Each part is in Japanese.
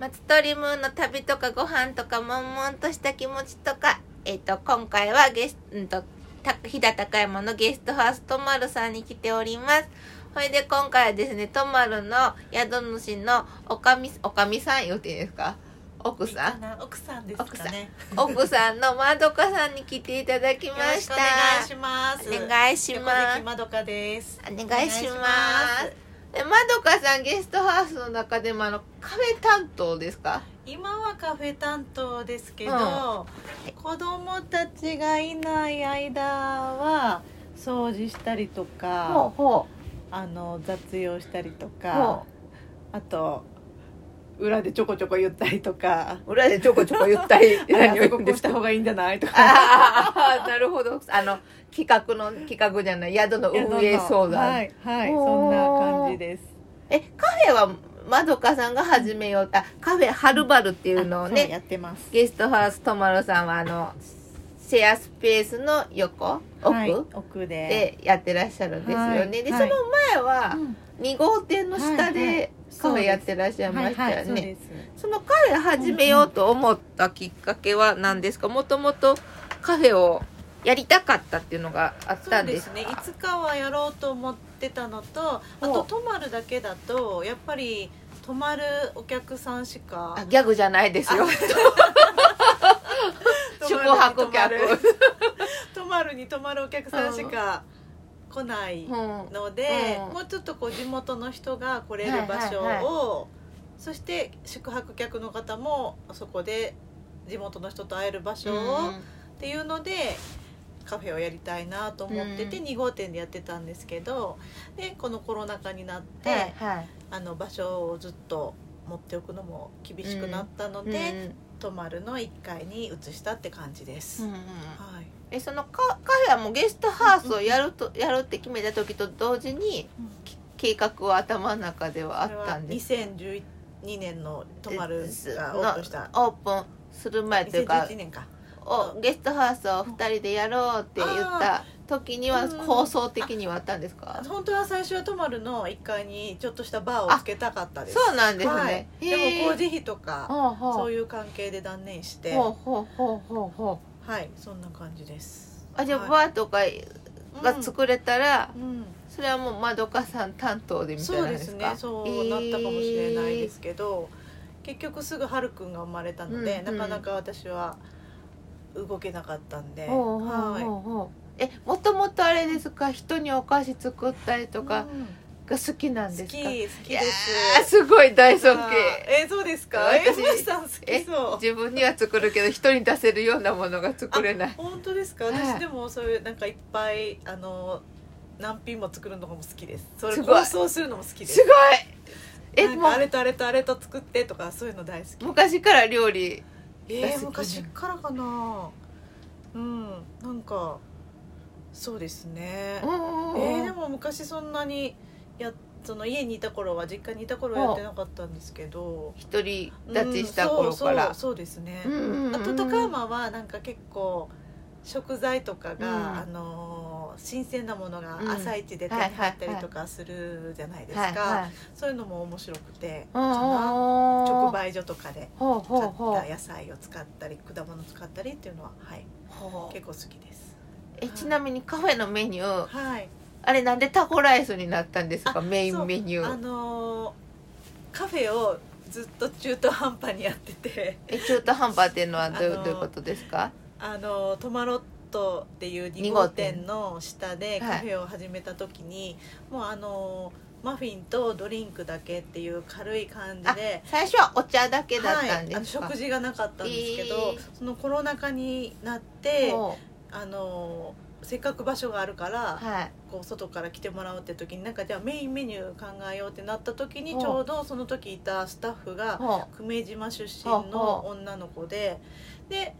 松鳥ムーンの旅とかご飯とか悶々とした気持ちとか、えっ、と、今回はゲスト、うんと、た飛騨高山のゲストハウスとまるさんに来ております。それで今回はですね、とまるの宿主のおかみ、おかみさん予定ですか奥さん奥さんですかね奥さんのまどかさんに来ていただきまよろししたくお願いしますお願いしま横す関まどかですお願いしますでまどかさんゲストハウスの中でもあのカフェ担当ですか今はカフェ担当ですけど、ん子供たちがいない間は掃除したりとかほあの雑用したりとうかあと裏でちょこちょこ言ったりとかう裏でちょこちょこ言ったり あれあ何をそ言こうんこでうすしかた方がいいんじゃないと かああ なるほどあの企画の企画じゃない宿の運営相談、はいはいそおんーな感じですえカフェはまどかさんが始めようあカフェはるばるっていうのをあそうやねってますゲストハウスとまろさんはあのシェアスペースの横奥、はい、奥ででやってらっしゃるんですよね、はいでそはのい前はうん2号店の下はいはでカフェやってらっしゃいましたよね、はいはい、そうですそのカフェ始めようと思ったきっかけは何ですかもともとカフェをやりたかったっていうのがあっそたうんでですすかねいつかはやろうと思ってたのとあおと泊まるだけだとやっぱり泊まるお客さんしかあギャグじゃないですよ宿泊泊まるに客、泊まる 泊まるに泊まるお客さんしか来ないうんので、うんもうちょっとこう地元の人が来れる場所を、はいはいそして宿泊客の方もそこで地元の人と会える場所を、っていうのでカフェをやりたいなと思ってて、うん2号店でやってたんですけどでこのコロナ禍になって、はいはいあの場所をずっと持っておくのも厳しくなったので、泊まるの1階に移したって感じです。うんはうんいえそのカカフェはもうゲストハウスをやるとやるって決めた時と同時に計画は頭の中ではあこれったはんです2012年の泊まるがオープンしたオープンする前というか2011年かをゲストハウスを2人でやろうって言った時にはうん構想的にはあったんですか本当は最初は泊まるの1階にちょっとしたバーをつけたかったですそうなんですねはいでも工事事費とかほうほうそういう関係で断念してほうほうほうほうほうはいそんな感じですあじゃあはバーとかいが作れたらうんうんそれはもうまどかさん担当でみたいそうなんでですすねかそうなったかもしれないでえすけど、結局すぐはるくんが生まれたのうで、んうんなかなか私は動けなかったんで、ーほうほうはほうほうえもともとあれですか人にお菓子作ったりいとかうんが好きなんで好すきか好きいやでーすすごい大尊あ敬ーえそうですかえ私マスさん好きそう自分には作るけど人に出せるようなものが作れない本当ですかはい私でもそういうなんかいっぱいあの何品も作るのも好きですそれすごい構想するのも好きですごいえなんもかあうれとあれとあれと作ってとかそういうの大好き昔から料理え大好ー、き昔からかなうんなんかそうですねう、んえうんうんー、でも昔そんなにやその家にいた頃は実家にいた頃はやってなかったんですけど一人うん立ちした頃かそうらそうそうですね、うんうんうんあと高山はなんか結構食材とかが、うんあのー新鮮なものがうん朝市で手に入ったりとかするじゃないですか、はいはいそういうのも面白くてうかんなうんうん直売所とかでほうほう買っほたう野菜を使ったり果物使ったりっていうのははいほう結構好きですえちなみにカフェのメニューはいあれなんでタコライスになったんですかあメイそンうメニュあーのーカフェをずっと中途半端にやってて え中途半端っていうのはどういうあのーどういうことですかあのトマロットっていう二2号号店店の下でカフェを始めた時に、もうあのマフィンとドリンクだけっていう軽い感じで。最初はお茶だけだったんはい、あでのすか食事がなかったんですけど、えーそのコロナ禍になってほあのせっかく場所があるから、うはいこう外から来てもらうって時になんかじゃあメインメニュー考えようってなった時にほうちょうどその時いたスタッフがほ久米島出身ほうほの女の子でで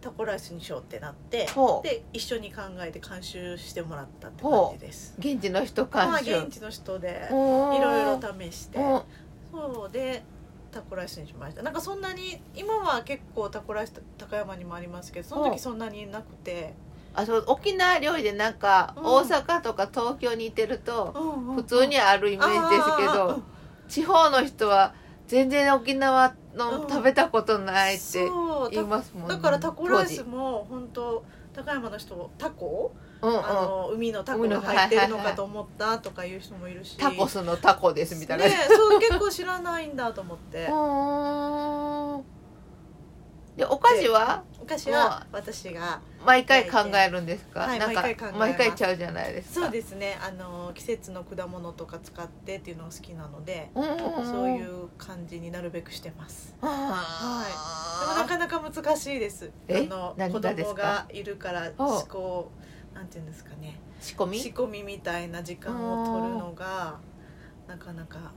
タコライスにしようってなってうほうで一緒に考えて監修してもらったって感じです。現地の人まあ監修現地の人いでいろろいろ試してうんそうでタコライスにしましたなんかそんなに今は結構タコライス高山にもありますけどそのほう時そんなになくて、あそう沖縄料理でなんかうん大阪とか東京にいてるとうんうんうん普通にあるイメージですけあーど地方の人は全然沖縄のうん食べたことないってそう言いますもんねだからタコライス当時も本当高山の人タコ、うんうんあの海のタコが入ってるのかと思ったとかいう人もいるしタコスのタコですみたいな、ねそう結構知らないんだと思ってうーんでお菓子は昔は私が毎回考えるんですか、はいなんか毎回考えます毎回ちゃうじゃないですかそうですねあの季節の果物とか使ってっていうのが好きなのでうんうんうんそういう感じになるべくしてますでもなはかなか難しいですあえの何子がです供かがいるからああ思考なんていうんですかねい仕込み仕込みみたいな時間を取るのがなかなか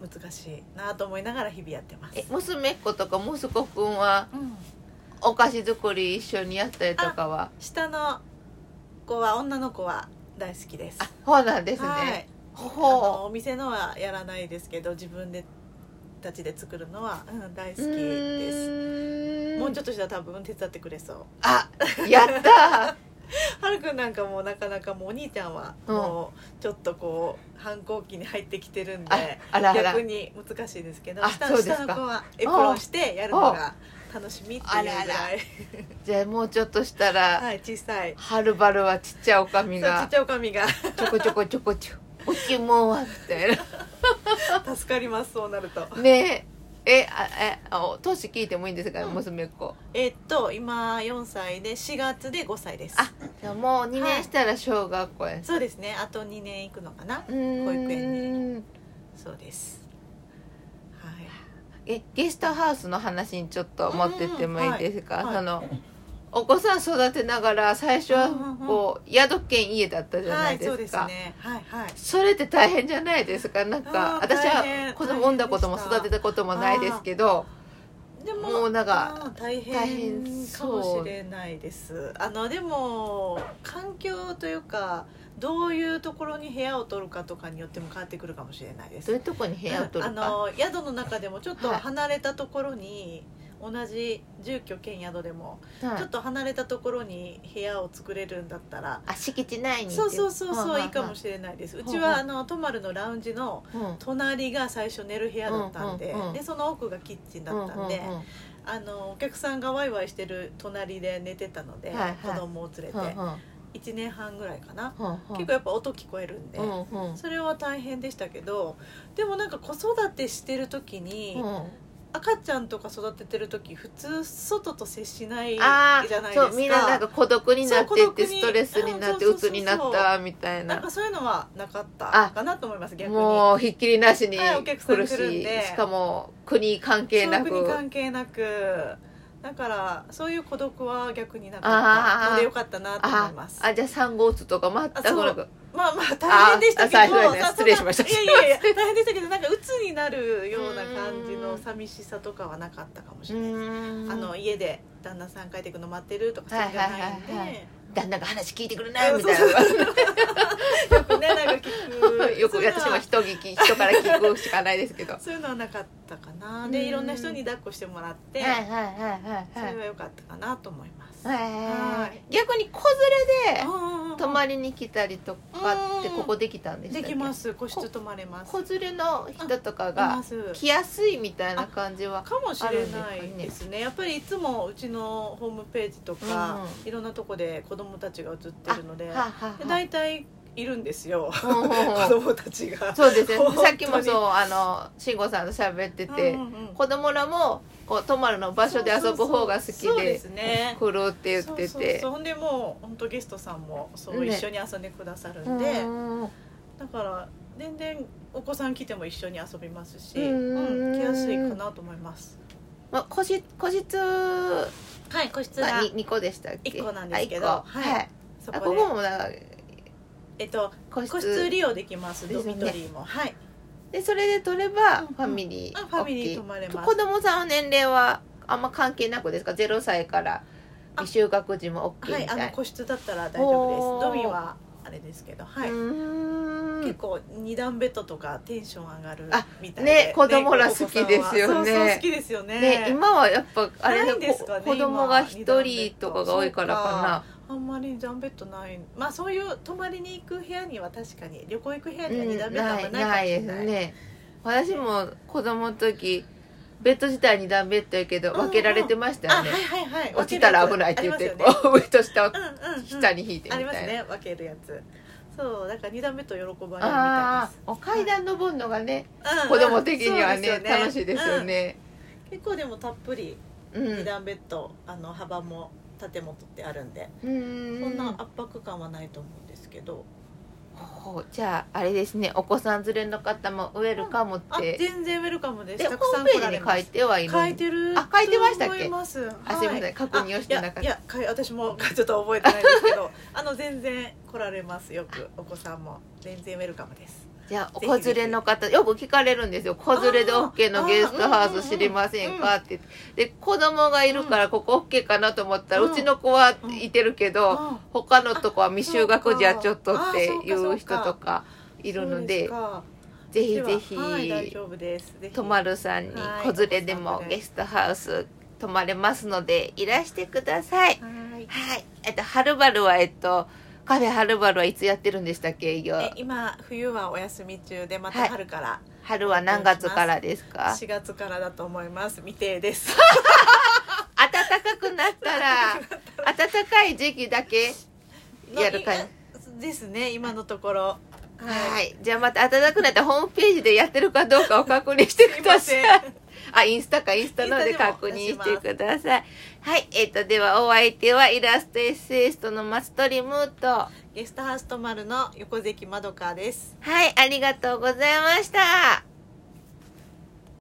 難しいなと思いながら日々やってますえ娘っ子とか息子くんはうんお菓子作り一緒にやったりとかは下の子は女の子は大好きですあそうなんですね、はいあのほお店のはやらないですけど自分でたちで作るのは、うん、大好うきですすもうちょょっとっとしたら多分手伝ってくれそうあや ったはるくんなんかもうなかなかもうお兄ちゃんはうんもうちょっとこう反抗期に入ってきてるんで、ああらあら逆に難しいですけどあ下そうですか下の子はエプロンしてやるのが楽しみっていうぐらあらあいじゃあもうちょっとしたら、はい小さいはるばるはちっちゃいおかみそうちっがちゃいおかみが ちょこちょこちょこちょこちもんはみたい助かりますそうなるとなねええあえあお年聞いてもいいんですか、うん娘っ子えーっと今4歳で4月で5歳ですあじゃあもう2年したら小学校や、そうですねあと2年行くのかなうーん保育園そうですはいえゲストハウスの話にちょっと持ってってもいいですか、うんうんはいそのお子さん育てながら最初はうんうんうんこう宿兼家だったじゃなはいいですか、そうですねはいはいそれって大変じゃないですかなんかあー私大は変子供産んだことも育てたこともないですけどでももうなんかうん大大変変かそうもしれないですあのでも環境というかどういうところに部屋を取るかとかによっても変わってくるかもしれないどでういすうとこに部屋を取あるかの宿の中でもちょっとはい離れたところに、同じ住居兼宿でも、はいちょっと離れたところに部屋を作れるんだったら、あ敷地内にそうそうそうそういいかもししれないですうはあちはあはあの泊まるのラウンジのれない隣が最初寝る部屋だったんで,、うんうんうんでその奥がキッチンだったんで、あのお客さんがワイワイしてる隣で寝てたので、はいはい子供を連れて、1年半ぐらいかな、結構やっぱ音聞こえるんで、それは大変でしたけどでもなんか子育てしてる時に、赤ちゃんとか育ててる時普通外と接しないじゃあないですあかそうみんななんか孤独になっそてうっ孤独てにストレスになってうんそ鬱うそうそうそうになったみたいなんなかそういうのはなかったかなと思います逆に。もうひっきりなしにはいお客さん来る来るんしでしかも国関係なそういう国く関係なくだからそういう孤独は逆になかったのでよかったなと思あいますあじゃあ産後鬱とか全くなくまあまあ大変でしたけどああ最初はねさ失礼しましたそんないやいやいや大変でしたけどなんか鬱になるような感じの寂しさとかはなかったかもしれないですあの家で旦那さん帰ってくの待ってるとかそういうんじゃないんで、はいはいはいは旦那が話聞いてくれなあいのみそうたいそうなよくねなんか聞 くよく私も人聞き人から聞くしかないですけどはそういうのはなかったかなうんでいろんな人に抱っこしてもらっいて、はいはいそはいれは良かったかなと思います、ははいい逆に子連れでああ泊まりに来たりとかってうんここできたんでしたっでけきます個室泊まれます子連れの人とかいまがす来やすいみたいな感じはかもしれないあるんですかねですねやっぱりいつもうちのホームページとか、ういろんなとこで子供たちが写ってるのではあはであは大体いるんですよあうんうんうん子供たちが。そうですよ本ね当にさっきもそうあの慎吾さんと喋ってて、うんうんうん子供らもこう泊まるの場所で遊ぶ方が好きそうそうそうそうでですね来るって言っててそうそうそうほんでもう本当ゲストさんもそう、ね一緒に遊んでくださるうんんで、うんうんだから全然お子さん来ても一緒に遊びますし、うんうん来やすいかなと思います。まあ、個室個室ははい個室に二個でしたっけ一個なんですけどあ一個はいはい、そあここでこもなんかえっと個室個室利用できますですドねミトリーも、はいでそれで取ればうんうんファミリー、あファミリー泊まれます子供さんは年齢はあんま関係なくですか0歳からあ未就学児も OK はみい、たあいのな、個室だったら大丈夫ですおードミはあれですけど、はいうーん結構二段ベッドとかテンション上がるあみたいで、ね子供ら好きですよねお子さんはそうそう好きですよねね、今はやっぱあれなだいんですかねこ子供が一人とかが多いからかあんまり二段ベッドないまあそういう泊まりに行く部屋には確かに旅行行く部屋な。には二段ベッドはあんまなないいかですもしれない,、ね。私も子供の時ベッド自体に段ベッドやけど分けられてましたよね、あはいはいはい落ちたら危ないって言って、分けるやつこう上と下をありますよねうんうんうん下に引いてみあたいりな、ますね分けるやつそうだから二段目と喜ばれるみたいああお階段登るのがね、子供的にはね,、楽しいですよ、うんうんそうでね、すうん結構でもたっぷりうん二段ベッドあの幅も縦も取ってあるんで、うんそんな圧迫感はないと思うんですけど、ほうじゃああれですねお子さん連れの方もウェルカムっあて、全然ウェルカムですでホたくさーんムペ来ーらジれにま書いすてはいる書いてるあ書いてましたっけと思いますああすいません確認をしてなかったいやいやかい私もちょっと覚えてないですけど あの全然来られますよくお子さんも全然ウェルカムですじゃあお子連れの方よく聞かれるんですよ「子連れで OK のゲストハウス知りませんか?」って言ってで子供がいるからここ OK かなと思ったら、ううんちの子はいてるけど、あ他のとこは未就学児はちょっとあっていそううかそう人かとかいるのでそうぜすひかぜひ、でははい大丈夫ですぜひとまるさんには子い連れでもゲストハウス泊まれますのでいらしてください。はいはい。えっと、はるばるは、えっと、カフェはるばるはいつやってるんでしたっけ営業。え今冬はお休み中でまはたい春から春は何月からですか4月からだと思います未定です暖かくなった ら、暖かい時期だけ やる感じ。じですね今のところはいい。じゃあまた暖かくなったらホームページでやってるかどうかを確認してすくいだまさい せん。あ、インスタかインスタなのでインスタでも確認してください。はい。えっ、と、ではお相手はイラストエッセイストの松鳥ムート。はゲストハウスとまるの横関まどかですい。ありがとうございました。